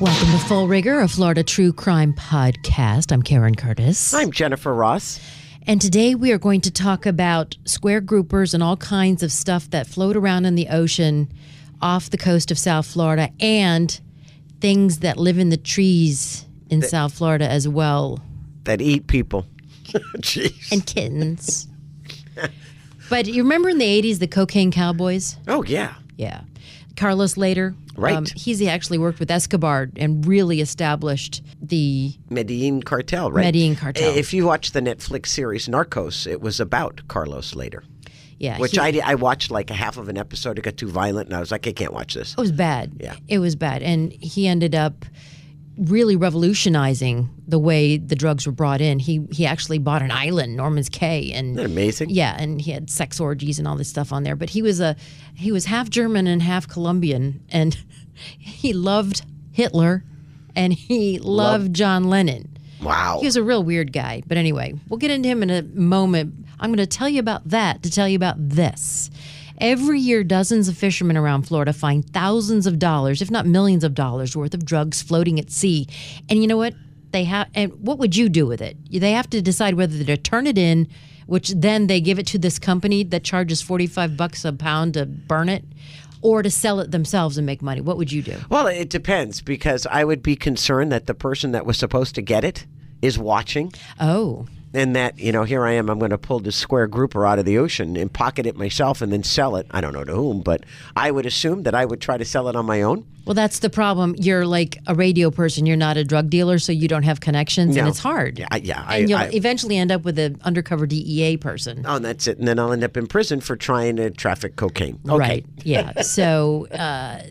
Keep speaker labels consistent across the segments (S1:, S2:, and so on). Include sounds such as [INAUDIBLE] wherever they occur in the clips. S1: Welcome to Full Rigor, a Florida true crime podcast. I'm Karen Curtis.
S2: I'm Jennifer Ross.
S1: And today we are going to talk about square groupers and all kinds of stuff that float around in the ocean off the coast of South Florida and things that live in the trees in South Florida as
S2: [LAUGHS]
S1: well,
S2: That eat people. [LAUGHS] Jeez.
S1: and kittens. [LAUGHS] but you remember in the 80s, the cocaine cowboys?
S2: oh yeah.
S1: Yeah. Carlos later.
S2: Right.
S1: he's he actually worked with Escobar and really established the
S2: Medellin cartel, right?
S1: Medellin cartel.
S2: If you watch the Netflix series Narcos, it was about Carlos later,
S1: yeah.
S2: which
S1: he-
S2: I, I watched like a half of an episode. It got too violent, and I was like, I can't watch this.
S1: It was bad.
S2: Yeah.
S1: It was bad. And he ended up really revolutionizing the way the drugs were brought in. He he actually bought an island, Norman's Cay, and
S2: [LAUGHS] Isn't that amazing?
S1: yeah, and he had sex orgies and all this stuff on there. But he was a he was half German and half Colombian and [LAUGHS] he loved Hitler and he loved John Lennon.
S2: Wow.
S1: He was a real weird guy. But anyway, we'll get into him in a moment. I'm going to tell you about that to tell you about this. Every year, dozens of fishermen around Florida find thousands of dollars, if not millions of dollars worth of drugs floating at sea. And you know what? They have, and what would you do with it? They have to decide whether to turn it in, which then they give it to this company that charges 45 bucks a pound to burn it, or to sell it themselves and make money. What would you do?
S2: Well, it depends because I would be concerned that the person that was supposed to get it is watching,
S1: Oh,
S2: and that you know, here I am. I'm going to pull this square grouper out of the ocean and pocket it myself, and then sell it. I don't know to whom, but I would assume that I would try to sell it on my own.
S1: Well, that's the problem. You're like a radio person. You're not a drug dealer, so you don't have connections, and
S2: No.
S1: it's hard.
S2: Yeah, I- yeah, I-
S1: and you'll
S2: I-
S1: eventually end up with an undercover DEA person.
S2: Oh, and that's it. And then I'll end up in prison for trying to traffic cocaine. Oh, Okay.
S1: Right? Yeah. so, uh,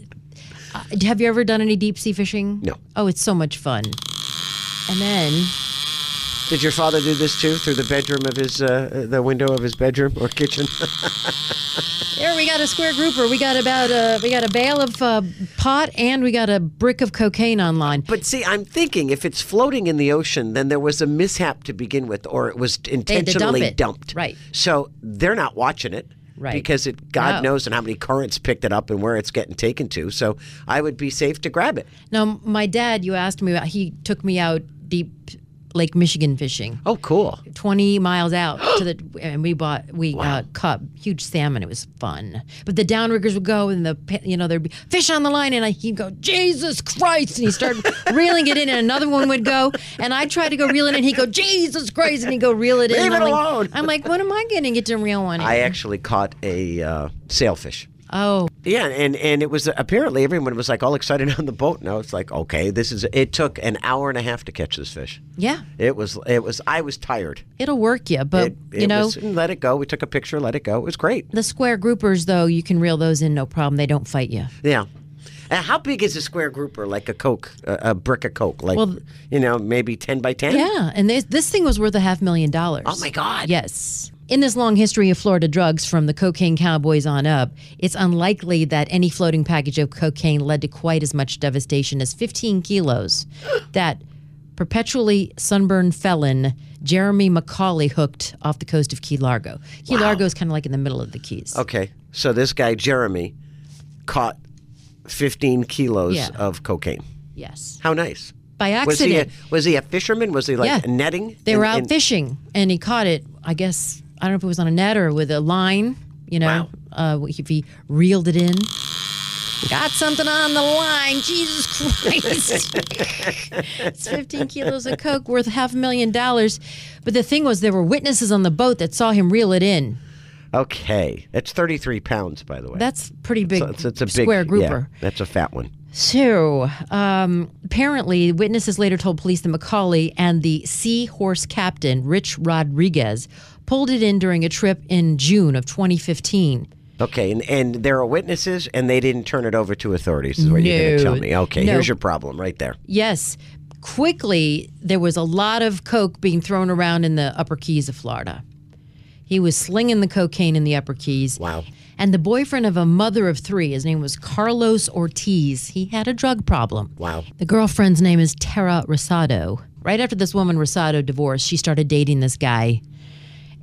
S1: uh, have you ever done any deep sea fishing?
S2: No.
S1: Oh, it's so much fun. And then,
S2: Did your father do this too through the bedroom of his, uh, the window of his bedroom or kitchen? [LAUGHS]
S1: there we got a square grouper. We got about a we got a bale of uh, pot, and we got a brick of cocaine online.
S2: but see, I'm thinking if it's floating in the ocean, then there was a mishap to begin with, or it was
S1: had to dump
S2: intentionally
S1: it.
S2: dumped.
S1: Right.
S2: So they're not watching it.
S1: Right.
S2: Because it, God
S1: No.
S2: knows, and how many currents picked it up and where it's getting taken to. So I would be safe to grab it.
S1: Now, my dad, you asked me about. He took me out deep Lake Michigan fishing.
S2: Oh, cool.
S1: 20 miles out to
S2: [GASPS]
S1: the and we bought we uh, caught huge salmon it was fun but the downriggers would go and the pa- you know there'd be fish on the line and I, he'd go jesus christ and he
S2: [LAUGHS]
S1: started reeling it in and another one would go and i'd try to go reel it in he'd go jesus christ and he'd go reel it in
S2: Leave
S1: and
S2: it
S1: I'm,
S2: alone.
S1: Like, I'm like when am i gonna get to reel one in?
S2: I actually caught a uh, sailfish.
S1: oh
S2: Yeah, and and it was apparently everyone was like all excited [LAUGHS] on the boat. Now it's like, okay, this is. It took an hour and a half to catch this fish.
S1: yeah
S2: It was. It was. I was tired.
S1: it'll work you but
S2: It, it
S1: Oh, you know
S2: was, mm, let it go. We took a picture. Let it go. It was great.
S1: the square groupers though you can reel those in no problem they don't fight you
S2: Yeah. And how big is a square grouper? Like a coke, a, a brick of coke, like
S1: Well-
S2: you know, maybe ten by ten.
S1: Yeah, and this, this thing was worth a half million dollars.
S2: Oh my God.
S1: Yes. In this long history of Florida drugs, from the cocaine cowboys on up, it's unlikely that any floating package of cocaine led to quite as much devastation as 15 kilos that perpetually sunburned felon Jeremy McCauley hooked off the coast of Key Largo. Key Largo is kind of like in the middle of the Keys.
S2: Okay. So this guy Jeremy caught fifteen kilos
S1: Yeah.
S2: of cocaine.
S1: Yes.
S2: How nice.
S1: By
S2: Was he a,
S1: accident,
S2: was he a fisherman? Was he like
S1: Yeah.
S2: netting?
S1: they were
S2: And-
S1: out
S2: and-
S1: fishing and he caught it, I guess, I don't know if it was on a net or with a line, you know.
S2: Wow.
S1: uh, if he reeled it in. Got something on the line. Jesus [LAUGHS] Christ. it's 15 kilos of coke worth half a million dollars. But the thing was, there were witnesses on the boat that saw him reel it in.
S2: Okay, that's thirty-three pounds, by the way.
S1: That's pretty big.
S2: That's it's a big
S1: square
S2: yeah,
S1: grouper.
S2: that's a fat one.
S1: So, um, apparently, witnesses later told police that Macaulay and the Seahorse captain, Rich Rodriguez, pulled it in during a trip in June of 2015.
S2: Okay, and, and there are witnesses, and they didn't turn it over to authorities. Is what you're going
S1: No.
S2: to tell me? Okay,
S1: No.
S2: here's your problem right there.
S1: Yes. Quickly, there was a lot of coke being thrown around in the upper keys of Florida. He was slinging the cocaine in the upper keys.
S2: Wow.
S1: And the boyfriend of a mother of three, his name was Carlos Ortiz, he had a drug problem.
S2: Wow.
S1: The girlfriend's name is Tara Rosado. Right after this woman, Rosado, divorced, she started dating this guy,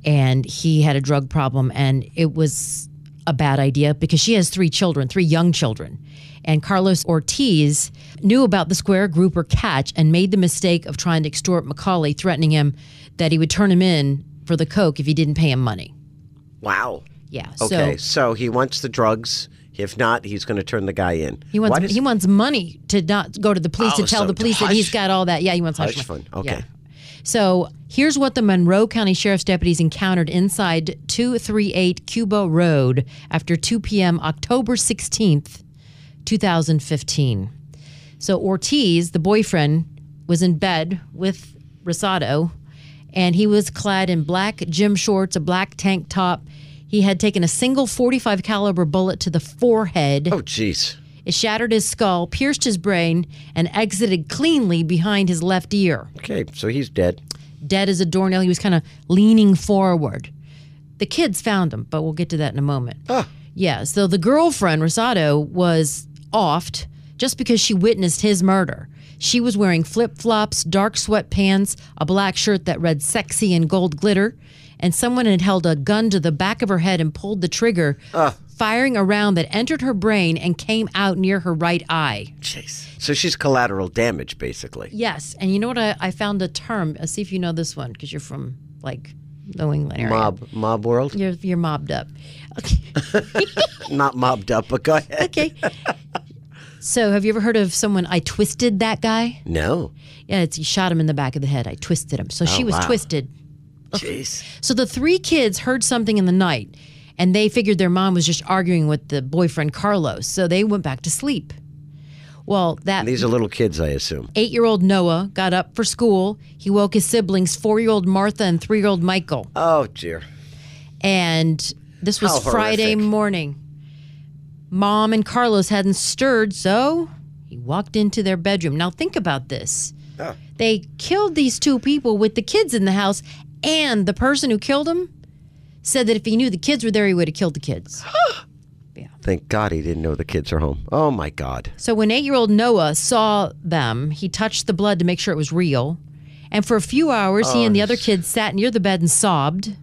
S1: and he had a drug problem, and it was a bad idea because she has three children, three young children. And Carlos Ortiz knew about the square grouper catch and made the mistake of trying to extort Macaulay, threatening him that he would turn him in for the coke if he didn't pay him money.
S2: Wow.
S1: Yeah.
S2: Okay,
S1: So
S2: so, he wants the drugs. If not, he's going to turn the guy in.
S1: he
S2: Why
S1: wants
S2: does-
S1: he wants money to not go to the police
S2: Oh,
S1: to tell
S2: so
S1: the police that he's
S2: hush.
S1: got all that. Yeah, he wants hush,
S2: Hush
S1: money.
S2: fund. Okay.
S1: Yeah. So here's what the Monroe County Sheriff's deputies encountered inside 238 Cuba Road after 2 p.m. October 16th, 2015. So Ortiz, the boyfriend, was in bed with Rosado, and he was clad in black gym shorts, a black tank top. He had taken a single 45 caliber bullet to the forehead.
S2: oh, jeez.
S1: It shattered his skull, pierced his brain, and exited cleanly behind his left ear.
S2: Okay, so he's dead.
S1: Dead as a doornail, he was kind of leaning forward. The kids found him, but we'll get to that in a moment. Yeah, so the girlfriend, Rosado, was offed just because she witnessed his murder. She was wearing flip flops, dark sweatpants, a black shirt that read sexy in gold glitter, and someone had held a gun to the back of her head and pulled the trigger, firing a round that entered her brain and came out near her right eye.
S2: Jeez. So she's collateral damage, basically.
S1: Yes, and you know what? I, I found a term. Uh, see if you know this one because you're from like New England area.
S2: Mob, mob world.
S1: You're you're mobbed up. Okay.
S2: Not mobbed up, but
S1: [LAUGHS]
S2: go ahead. [LAUGHS]
S1: okay. so have you ever heard of someone? I twisted that guy.
S2: No.
S1: Yeah, it's you shot him in the back of the head. I twisted him. So she was
S2: Oh, wow.
S1: twisted.
S2: Jeez.
S1: So the three kids heard something in the night, and they figured their mom was just arguing with the boyfriend Carlos. So they went back to sleep. Well, that
S2: These are little kids, I assume.
S1: Eight year old Noah got up for school. He woke his siblings, four year old Martha and three year old Michael.
S2: Oh, dear.
S1: And this was
S2: How
S1: Friday
S2: horrific.
S1: morning. Mom and Carlos hadn't stirred, so he walked into their bedroom. Now, think about this.
S2: Oh.
S1: They killed these two people with the kids in the house, and the person who killed them said that if he knew the kids were there, he would have killed the
S2: [GASPS]
S1: kids.
S2: Thank God he didn't know the kids are home. Oh, my God.
S1: So when eight-year-old Noah saw them, he touched the blood to make sure it was real. And for a few hours, he
S2: Oh,
S1: and the other kids sat near the bed and sobbed.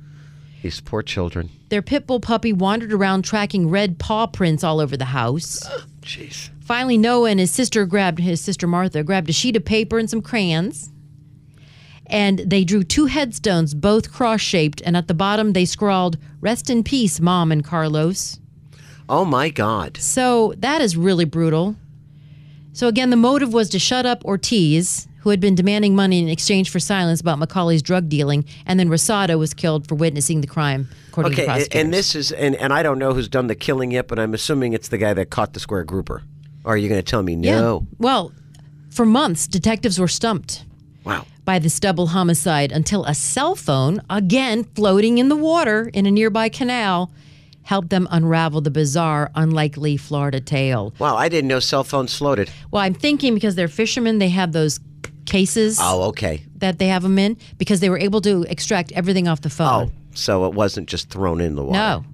S2: These poor children.
S1: Their pit bull puppy wandered around tracking red paw prints all over the house.
S2: Jeez.
S1: Finally, Noah and his sister grabbed his sister Martha grabbed a sheet of paper and some crayons, and they drew two headstones, both cross-shaped. And at the bottom, they scrawled "Rest in peace, Mom and Carlos."
S2: Oh, my God.
S1: So that is really brutal. So again, the motive was to shut up Ortiz, who had been demanding money in exchange for silence about Macaulay's drug dealing, and then Rosado was killed for witnessing the crime, according to
S2: Okay, and,
S1: prosecutors.
S2: and this is, and, and I don't know who's done the killing yet, but I'm assuming it's the guy that caught the square grouper. Or are you going to tell me
S1: Yeah.
S2: no?
S1: Well, for months, detectives were stumped
S2: Wow.
S1: by this double homicide until a cell phone, again floating in the water in a nearby canal, helped them unravel the bizarre, unlikely Florida tale.
S2: Wow, I didn't know cell phones floated.
S1: Well, I'm thinking because they're fishermen, they have those cases.
S2: Oh, okay.
S1: that they have them in because they were able to extract everything off the phone.
S2: So it wasn't just thrown in the water.
S1: No.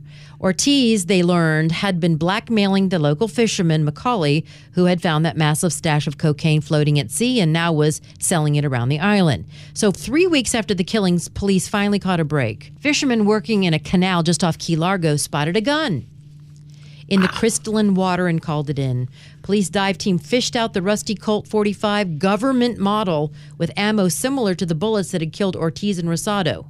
S1: Ortiz, they learned, had been blackmailing the local fisherman, Macaulay, who had found that massive stash of cocaine floating at sea and now was selling it around the island. So, three weeks after the killings, police finally caught a break. Fishermen working in a canal just off Key Largo spotted a gun in the crystalline water and called it in. Police dive team fished out the rusty Colt 45 government model with ammo similar to the bullets that had killed Ortiz and Rosado.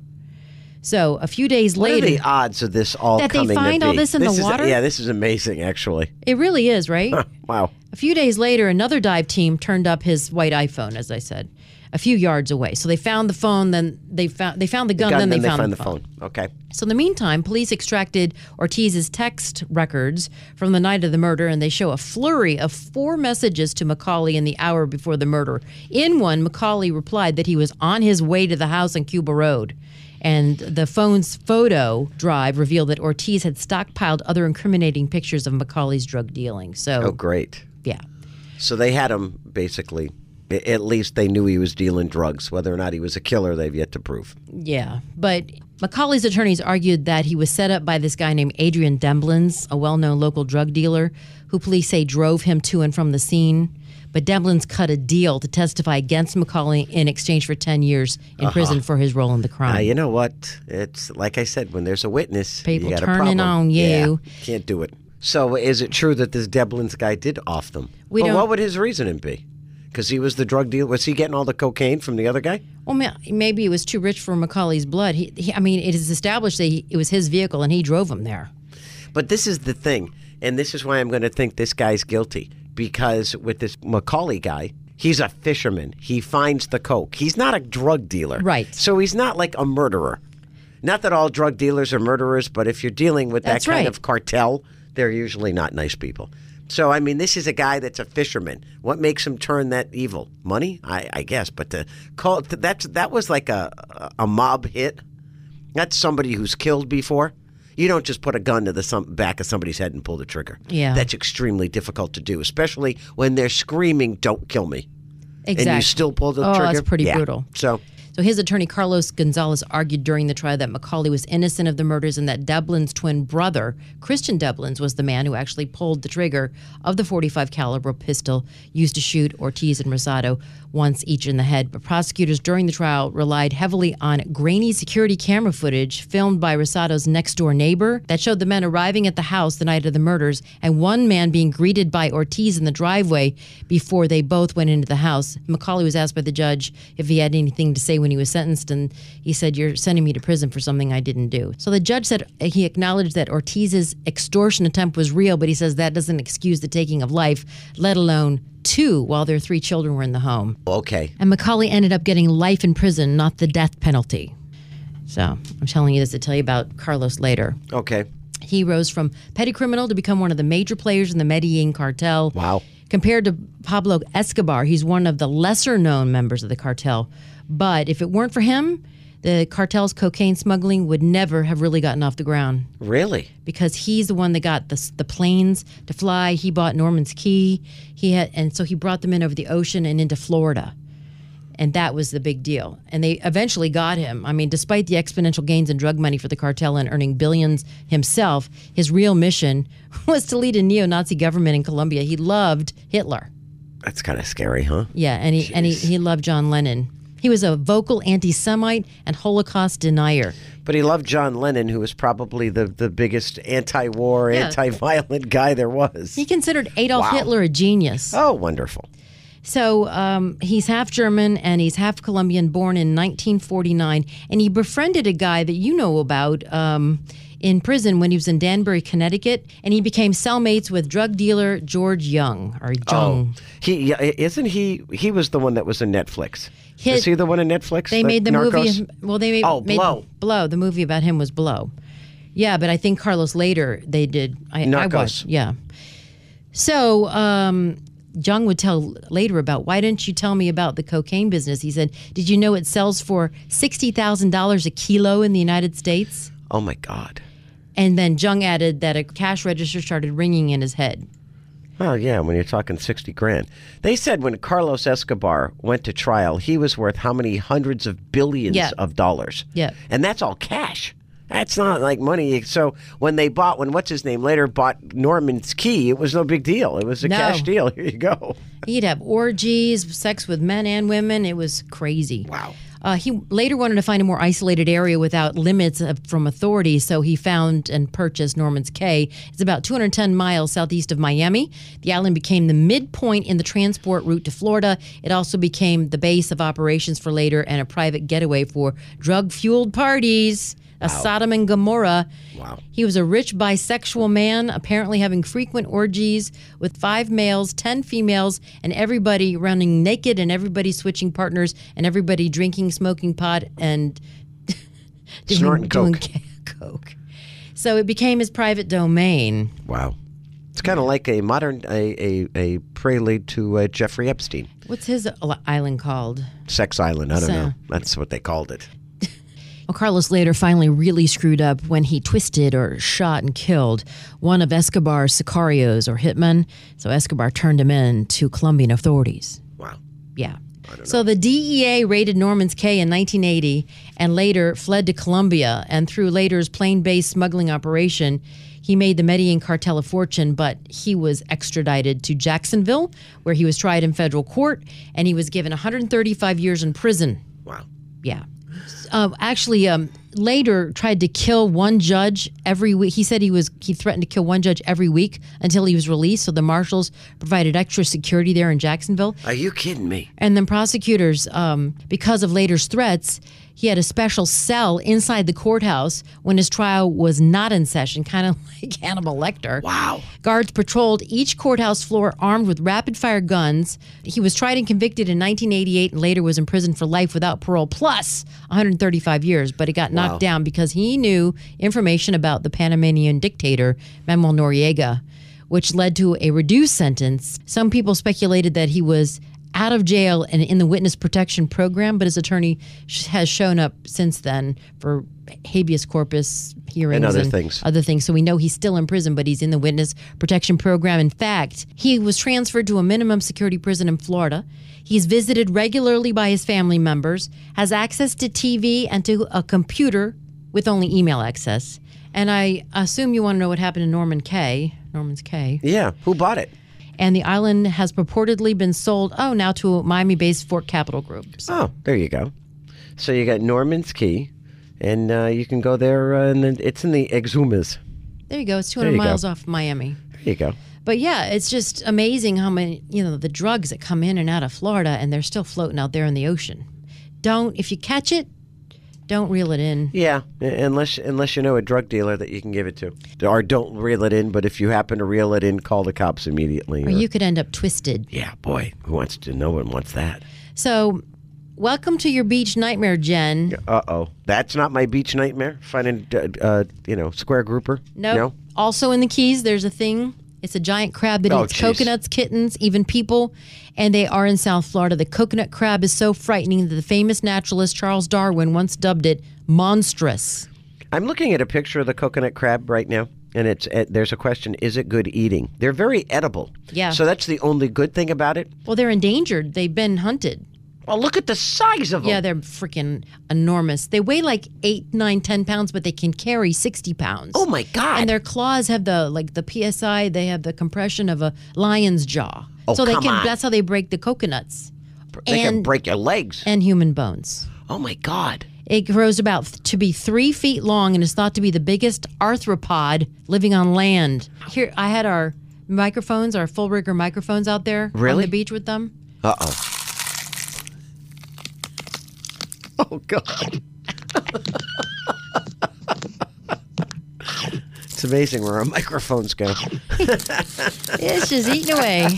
S1: So, a few days
S2: What are
S1: later,
S2: the odds of this all
S1: That they
S2: coming to
S1: find all
S2: be?
S1: this in the
S2: is-
S1: water?
S2: yeah, this is amazing, actually.
S1: It really is, right?
S2: Wow.
S1: a few days later, another dive team turned up his white iPhone, as I said, a few yards away. So they found the phone, then they found they found the gun,
S2: God,
S1: then,
S2: then
S1: they, found
S2: find
S1: the, phone.
S2: Okay.
S1: So in the meantime, police extracted Ortiz's text records from the night of the murder, and they show a flurry of four messages to Macaulay in the hour before the murder. In one, Macaulay replied that he was on his way to the house on Cuba Road. And the phone's photo drive revealed that Ortiz had stockpiled other incriminating pictures of Macaulay's drug dealing. So,
S2: Oh, great.
S1: yeah.
S2: So they had him basically. a- At least they knew he was dealing drugs. Whether or not he was a killer, they've yet to prove.
S1: Yeah, but Macaulay's attorneys argued that he was set up by this guy named Adrian Demblins, a well known local drug dealer who police say drove him to and from the scene. But Devlin's cut a deal to testify against McCauley in exchange for 10 years
S2: Uh-huh.
S1: in prison for his role in the crime.
S2: Uh, you know what? It's like I said, when there's a witness,
S1: People
S2: you got a
S1: turning
S2: problem.
S1: on you.
S2: Yeah, can't do it. So is it true that this Deblins guy did off them?
S1: We
S2: but
S1: don't-
S2: what would his reasoning be? Because he was the drug dealer. Was he getting all the cocaine from the other guy?
S1: Well, ma- maybe it was too rich for Macaulay's blood. He, he, I mean, it is established that he, it was his vehicle and he drove him there.
S2: But this is the thing, and this is why I'm going to think this guy's guilty because with this Macaulay guy, he's a fisherman. He finds the coke. He's not a drug dealer,
S1: Right.
S2: So he's not like a murderer. Not that all drug dealers are murderers, but if you're dealing with
S1: That's
S2: that kind
S1: right.
S2: of cartel, they're usually not nice people. So I mean, this is a guy that's a fisherman. What makes him turn that evil? Money, I, I guess. But to call that's that was like a a mob hit. That's somebody who's killed before. You don't just put a gun to the some, back of somebody's head and pull the trigger.
S1: Yeah.
S2: That's extremely difficult to do, especially when they're screaming, don't kill me.
S1: Exactly.
S2: And you still pull the
S1: oh,
S2: trigger.
S1: that's pretty
S2: Yeah.
S1: brutal.
S2: So,
S1: So his attorney Carlos Gonzalez argued during the trial that Macaulay was innocent of the murders and that Dublin's twin brother, Christian Dublins, was the man who actually pulled the trigger of the 45 caliber pistol used to shoot Ortiz and Rosado once each in the head. But prosecutors during the trial relied heavily on grainy security camera footage filmed by Rosado's next door neighbor that showed the men arriving at the house the night of the murders and one man being greeted by Ortiz in the driveway before they both went into the house. Macaulay was asked by the judge if he had anything to say when he was sentenced, and he said, You're sending me to prison for something I didn't do. So the judge said uh, he acknowledged that Ortiz's extortion attempt was real, but he says that doesn't excuse the taking of life, let alone two while their three children were in the home.
S2: okay.
S1: And Macaulay ended up getting life in prison, not the death penalty. So I'm telling you this to tell you about Carlos later.
S2: Okay.
S1: He rose from petty criminal to become one of the major players in the Medellin cartel.
S2: Wow.
S1: Compared to Pablo Escobar, he's one of the lesser known members of the cartel. But if it weren't for him, the cartel's cocaine smuggling would never have really gotten off the ground
S2: Really?
S1: because he's the one that got the, the planes to fly. He bought Norman's Key. He had, and so he brought them in over the ocean and into Florida. And that was the big deal. And they eventually got him. I mean, despite the exponential gains in drug money for the cartel and earning billions himself, his real mission [LAUGHS] was to lead a neo Nazi government in Colombia. He loved Hitler.
S2: That's kind of scary, huh?
S1: Yeah, and he and he, he loved John Lennon. He was a vocal anti Semite and Holocaust denier.
S2: But he loved John Lennon, who was probably the, the biggest anti war,
S1: Yeah.
S2: anti violent guy there was.
S1: He considered Adolf
S2: Wow.
S1: Hitler a genius.
S2: Oh, wonderful.
S1: So um, he's half German and he's half Colombian, born in 1949. And he befriended a guy that you know about um, in prison when he was in Danbury, Connecticut. And he became cellmates with drug dealer George Young or
S2: Oh,
S1: Jung.
S2: He yeah, i- isn't he? He was the one that was in Netflix.
S1: His-
S2: Is he the one in Netflix?
S1: They made the
S2: Narcos?
S1: movie. Well, they made,
S2: Oh,
S1: made
S2: Blow.
S1: Blow. The movie about him was Blow. Yeah, but I think Carlos later they did. I, I
S2: Narcos.
S1: watched. Yeah. So um, Jung would tell later about why didn't you tell me about the cocaine business? He said, "Did you know it sells for sixty thousand dollars a kilo in the United States?"
S2: Oh my God.
S1: And then Jung added that a cash register started ringing in his head.
S2: Oh yeah, when you're talking sixty grand, they said when Carlos Escobar went to trial, he was worth how many hundreds of billions
S1: Yeah.
S2: of dollars?
S1: Yeah.
S2: and that's all cash. That's not like money. So when they bought, when what's his name later bought Norman's Key, it was no big deal. It was a
S1: No.
S2: cash deal. [LAUGHS] Here you go.
S1: He'd have orgies, sex with men and women. It was crazy.
S2: Wow.
S1: Uh, he later wanted to find a more isolated area without limits of, from authority, so he found and purchased Norman's Cay. It's about 210 miles southeast of Miami. The island became the midpoint in the transport route to Florida. It also became the base of operations for later and a private getaway for drug fueled parties. A Sodom and Gomorrah.
S2: Wow.
S1: He was a rich bisexual man, apparently having frequent orgies with five males, 10 females, and everybody running naked and everybody switching partners and everybody drinking, smoking pot, and [LAUGHS] doing,
S2: Snorting
S1: doing
S2: coke.
S1: ca- [LAUGHS] coke. So it became his private domain.
S2: Wow. It's kind of like a modern a a, a prelude to uh, Jeffrey Epstein.
S1: What's his al- island called?
S2: Sex Island. I don't
S1: So-
S2: know. That's what they called it.
S1: Well, Carlos later finally really screwed up when he twisted or shot and killed one of Escobar's sicarios or hitmen. So Escobar turned him in to Colombian authorities.
S2: Wow.
S1: Yeah. So the DEA raided Norman's Cay in 1980 and later fled to Colombia. And through later's plane based smuggling operation, He made the Medellin cartel a fortune, but he was extradited to Jacksonville, where he was tried in federal court, and he was given 135 years in prison.
S2: Wow.
S1: Yeah. Um, actually, um, later tried to kill one judge every week. He said he was he threatened to kill one judge every week until he was released. So the marshals provided extra security there in Jacksonville.
S2: Are you kidding me?
S1: And then prosecutors, um, because of later's threats, he had a special cell inside the courthouse when his trial was not in session, kind of [LAUGHS] like Hannibal Lecter.
S2: Wow.
S1: Guards patrolled each courthouse floor armed with rapid fire guns. He was tried and convicted in 1988 and later was imprisoned for life without parole, plus 135 years. But it got knocked down because he knew information about the Panamanian dictator, Manuel Noriega, which led to a reduced sentence. Some people speculated that he was out of jail and in the witness protection program, but his attorney sh- has shown up since then for habeas corpus hearings
S2: And other things.
S1: other things. So we know he's still in prison, but he's in the witness protection program. In fact, he was transferred to a minimum security prison in Florida. He's visited regularly by his family members, has access to TV and to a computer with only email access. And I assume you want to know what happened to Norman K. Norman's K.
S2: Yeah. Who bought it?
S1: And the island has purportedly been sold, oh, now to Miami based Fort Capital Group. So
S2: Oh, there you go. So you got Norman's Key, and uh, you can go there, uh, and then it's in the Exumas.
S1: there you go. It's 200
S2: you go.
S1: miles off Miami.
S2: There you go.
S1: But yeah, it's just amazing how many, you know, the drugs that come in and out of Florida and they're still floating out there in the ocean. Don't, if you catch it, don't reel it in.
S2: Yeah, u- unless unless you know a drug dealer that you can give it to, or don't reel it in. But if you happen to reel it in, call the cops immediately.
S1: Or
S2: or-
S1: you could end up twisted.
S2: yeah, boy, who wants to? No one wants that.
S1: So, welcome to your beach nightmare, Jen.
S2: Uh oh, that's not my beach nightmare. Finding, uh, uh, you know, square grouper.
S1: Nope.
S2: No.
S1: Also in the Keys, there's a thing. It's a giant crab that
S2: Oh,
S1: eats
S2: jeez.
S1: coconuts, kittens, even people, and they are in South Florida. The coconut crab is so frightening that the famous naturalist Charles Darwin once dubbed it monstrous.
S2: I'm looking at a picture of the coconut crab right now, and it's uh, there's a question: Is it good eating? They're very edible.
S1: Yeah.
S2: So that's the only good thing about it.
S1: Well, they're endangered. They've been hunted.
S2: Well, look at the size of them.
S1: Yeah, they're freaking enormous. They weigh like eight, nine, ten pounds, but they can carry sixty pounds.
S2: Oh my god.
S1: And their claws have the like the psi. They have the compression of a lion's jaw.
S2: Oh,
S1: so they
S2: come
S1: can.
S2: on.
S1: That's how they break the coconuts
S2: they can
S1: and-
S2: break your legs.
S1: and human bones.
S2: Oh my god.
S1: It grows about th- to be three feet long and is thought to be the biggest arthropod living on land. Here, I had our microphones, our full rigger microphones out there on
S2: Really?
S1: the beach with
S2: [LAUGHS]
S1: them.
S2: Uh oh. Oh god. [LAUGHS] it's amazing where our microphones go. [LAUGHS]
S1: It's just eating away.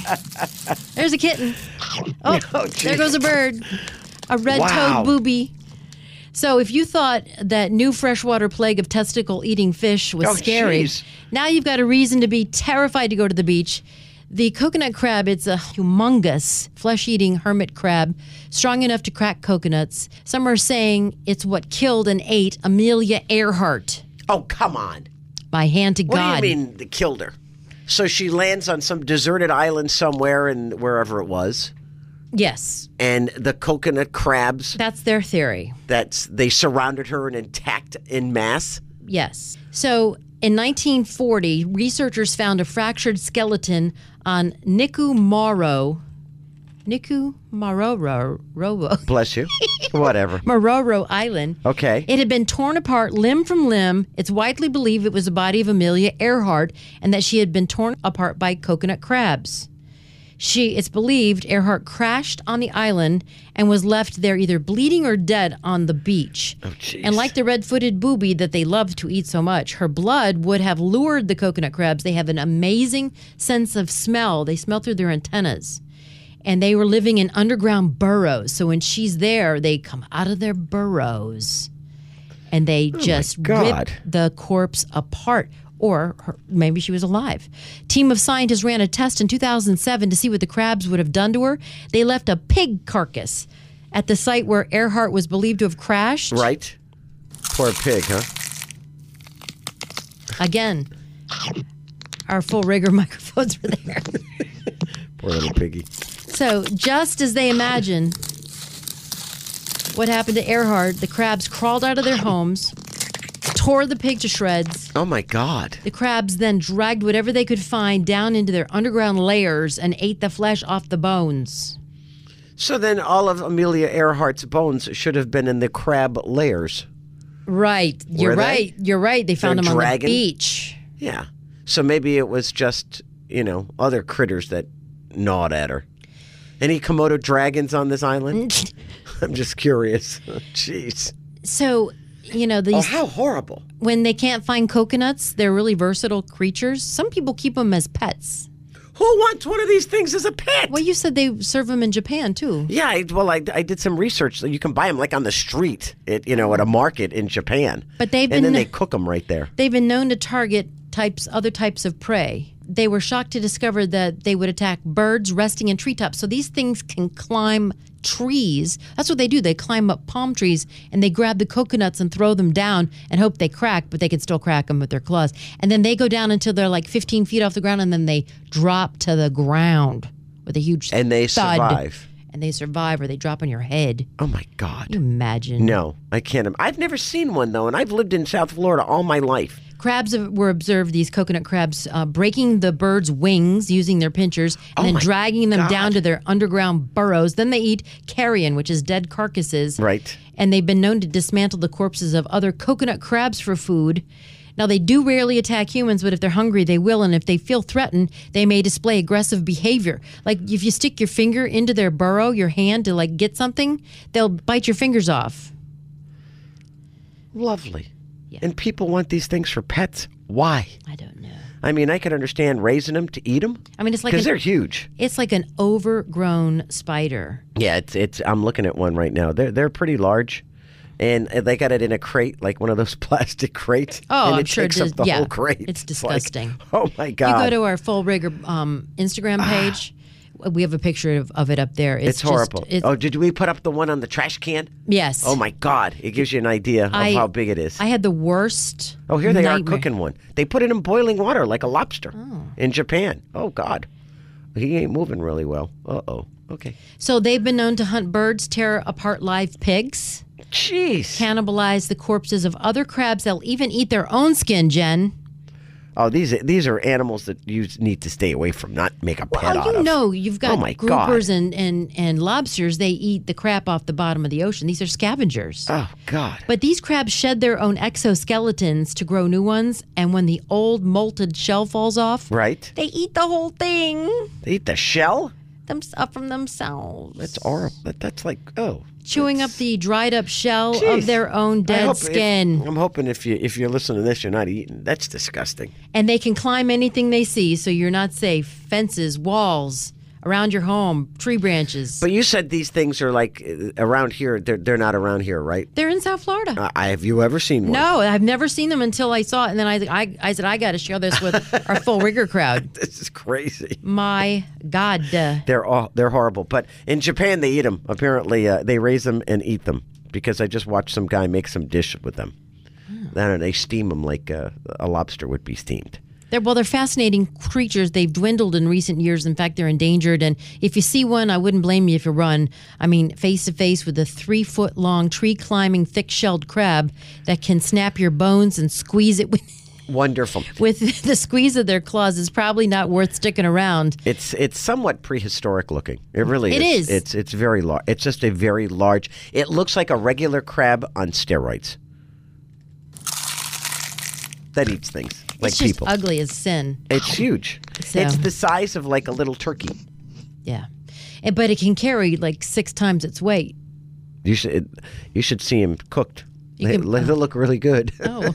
S1: There's a kitten. Oh,
S2: Oh,
S1: there goes a bird. A red
S2: Wow.
S1: toed booby. So if you thought that new freshwater plague of testicle eating fish was
S2: Oh,
S1: scary,
S2: jeez.
S1: now you've got a reason to be terrified to go to the beach. The coconut crab, it's a humongous flesh eating hermit crab, strong enough to crack coconuts. Some are saying it's what killed and ate Amelia Earhart.
S2: Oh come on.
S1: By hand to
S2: What
S1: God.
S2: do you mean they killed her? So she lands on some deserted island somewhere and wherever it was.
S1: Yes,
S2: And the coconut crabs
S1: that's their theory.
S2: that's they surrounded her and attacked in mass.
S1: Yes. So in 1940, researchers found a fractured skeleton on Nikumaro. Nikumaroro. Roro. [LAUGHS]
S2: Bless you. Whatever.
S1: Maroro Island.
S2: Okay.
S1: It had been torn apart limb from limb. It's widely believed it was the body of Amelia Earhart and that she had been torn apart by coconut crabs. She, it's believed, Earhart crashed on the island and was left there either bleeding or dead on the beach. Oh,
S2: jeez.
S1: and like the red-footed booby that they love to eat so much, her blood would have lured the coconut crabs. They have an amazing sense of smell. They smell through their antennas and they were living in underground burrows. So when she's there, they come out of their burrows and they just rip
S2: Oh God.
S1: the corpse apart. Or her, maybe she was alive. Team of scientists ran a test in 2007 to see what the crabs would have done to her. They left a pig carcass at the site where Earhart was believed to have crashed.
S2: Right? Poor pig, huh?
S1: Again, our full rigor [LAUGHS] microphones were there.
S2: Poor little piggy.
S1: So, just as they imagined what happened to Earhart, the crabs crawled out of their homes, tore the pig to shreds.
S2: Oh my God.
S1: The crabs then dragged whatever they could find down into their underground layers and ate the flesh off the bones.
S2: So then all of Amelia Earhart's bones should have been in the crab layers.
S1: Right. You're
S2: Were they?
S1: right. You're right. They found them on the
S2: dragging?
S1: beach. [LAUGHS]
S2: Yeah. So maybe it was just, you know, other critters that gnawed at her. Any Komodo dragons on this island? [LAUGHS] I'm just curious. Jeez.
S1: So, you know,
S2: Oh,
S1: these
S2: how horrible.
S1: when they can't find coconuts, they're really versatile creatures. Some people keep them as pets.
S2: Who wants one of these things as a pet?
S1: Well, you said they serve them in Japan too.
S2: Yeah, I, well, I, I did some research. You can buy them like on the street, at, you know, at a market in Japan.
S1: But they've
S2: and then
S1: been-
S2: they cook them right there.
S1: They've been known to target types other types of prey. They were shocked to discover that they would attack birds resting in treetops. So these things can climb trees. That's what they do. They climb up palm trees and they grab the coconuts and throw them down and hope they crack, but they can still crack them with their claws. And then they go down until they're like 15 feet off the ground and then they drop to the ground with a huge
S2: And they
S1: thud.
S2: survive.
S1: And they survive or they drop on your head.
S2: Oh my God.
S1: Can you imagine?
S2: No, I can't. im- I've never seen one though, and I've lived in South Florida all my life.
S1: Crabs were observed, these coconut crabs, uh, breaking the bird's wings using their pinchers and then
S2: Oh my
S1: dragging them
S2: God.
S1: down to their underground burrows. Then they eat carrion, which is dead carcasses.
S2: Right.
S1: And they've been known to dismantle the corpses of other coconut crabs for food. Now, they do rarely attack humans, but if they're hungry, they will. And if they feel threatened, they may display aggressive behavior. Like if you stick your finger into their burrow, your hand to like get something, they'll bite your fingers off.
S2: Lovely. And people want these things for pets. Why?
S1: I don't know.
S2: I mean, I can understand raising them to eat them
S1: I mean, it's like
S2: because
S1: an
S2: they're huge.
S1: It's like an overgrown spider.
S2: Yeah, it's it's. I'm looking at one right now. They're they're pretty large, and they got it in a crate, like one of those [LAUGHS] plastic crates.
S1: Oh,
S2: and
S1: I'm
S2: it
S1: sure it
S2: takes
S1: does-
S2: up the
S1: yeah,
S2: whole crate. [LAUGHS]
S1: it's
S2: like,
S1: disgusting.
S2: oh my
S1: You
S2: god! Ah.
S1: go to our Full Rigger um, Instagram page. We have a picture of, of it up there. It's,
S2: it's horrible.
S1: Just, it's,
S2: oh, did we put up the one on the trash can?
S1: yes.
S2: Oh my god! It gives you an idea
S1: I-
S2: of how big it is.
S1: I had the worst.
S2: oh, here they
S1: nightmare.
S2: are cooking one. They put it in boiling water like a lobster in Japan. Oh god, he ain't moving really well. Uh oh. Okay.
S1: So they've been known to hunt birds, tear apart live pigs,
S2: Jeez.
S1: cannibalize the corpses of other crabs. They'll even eat their own skin, Jen.
S2: Oh, these these are animals that you need to stay away from, not make a pet
S1: Oh,
S2: out
S1: you
S2: of.
S1: know, you've got
S2: Oh, my God.
S1: groupers and, and, and lobsters. They eat the crap off the bottom of the ocean. These are scavengers.
S2: Oh God.
S1: But these crabs shed their own exoskeletons to grow new ones, and when the old molted shell falls off,
S2: Right?
S1: they eat the whole thing
S2: They eat the shell?
S1: them up from themselves.
S2: That's horrible. That, that's like, oh.
S1: chewing up the dried up shell
S2: Jeez.
S1: of their own
S2: I
S1: dead
S2: hope-
S1: skin,
S2: If, I'm hoping if you if you're listening to this, you're not eating. That's disgusting.
S1: and they can climb anything they see, so you're not safe. Fences, walls, around your home, tree branches.
S2: But you said these things are like uh, around here. They're they're not around here, right?
S1: They're in South Florida.
S2: Uh, I, have you ever seen one?
S1: no, I've never seen them until I saw it, and then I I, I said I got to share this with our full rigger crowd.
S2: [LAUGHS] This is crazy.
S1: My God. uh,
S2: They're all they're horrible. But in Japan, they eat them. Apparently, uh, they raise them and eat them because I just watched some guy make some dish with them.
S1: Hmm.
S2: I don't know. They steam them like uh, a lobster would be steamed.
S1: They're, well, they're fascinating creatures. They've dwindled in recent years. In fact, they're endangered. And if you see one, I wouldn't blame you if you run. I mean, face to face with a three foot long, tree climbing, thick shelled crab that can snap your bones and squeeze it [LAUGHS] with,
S2: Wonderful.
S1: with the squeeze of their claws is probably not worth sticking around.
S2: It's it's somewhat prehistoric looking. It really
S1: It
S2: is.
S1: is.
S2: It's it's very large. It's just a very large. It looks like a regular crab on steroids. That eats things like
S1: it's just
S2: people.
S1: ugly as sin.
S2: it's huge.
S1: So-
S2: It's the size of like a little turkey.
S1: Yeah. And, but it can carry like six times its
S2: [LAUGHS]
S1: weight.
S2: You should it, you should see him cooked.
S1: You
S2: They,
S1: can-
S2: they look really good. [LAUGHS]
S1: Oh,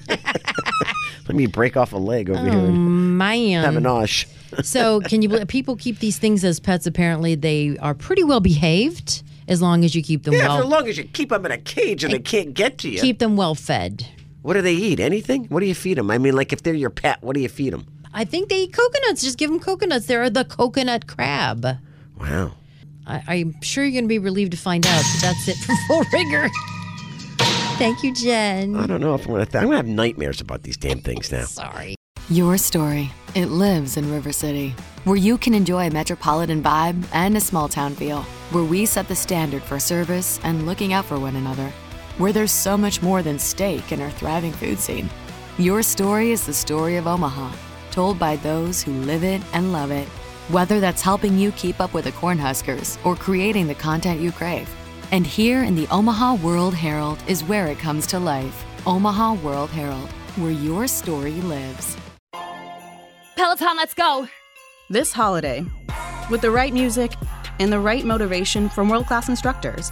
S2: Let me break off a leg over here and
S1: man.
S2: have an osh.
S1: So, can you believe people keep these things as pets? Apparently, they are pretty well behaved as long as you keep them
S2: Yeah, for as
S1: well
S2: long as you keep them in a cage and they can't get to you.
S1: keep them well fed.
S2: what do they eat? Anything? What do you feed them? I mean, like if they're your pet, what do you feed them?
S1: I think they eat coconuts. Just give them coconuts. They're the coconut crab.
S2: Wow.
S1: I, I'm sure you're going to be relieved to find out that that's it for [LAUGHS] full rigor. Thank you, Jen.
S2: I don't know if I'm gonna. Th- I'm gonna have nightmares about these damn things now.
S1: Sorry.
S3: Your story. It lives in River City, where you can enjoy a metropolitan vibe and a small town feel, where we set the standard for service and looking out for one another, where there's so much more than steak in our thriving food scene, Your story is the story of Omaha, told by those who live it and love it. Whether that's helping you keep up with the Cornhuskers or creating the content you crave. And here in the Omaha World Herald is where it comes to life. Omaha World Herald, where your story lives.
S4: Peloton, let's go.
S5: This holiday, with the right music and the right motivation from world class instructors,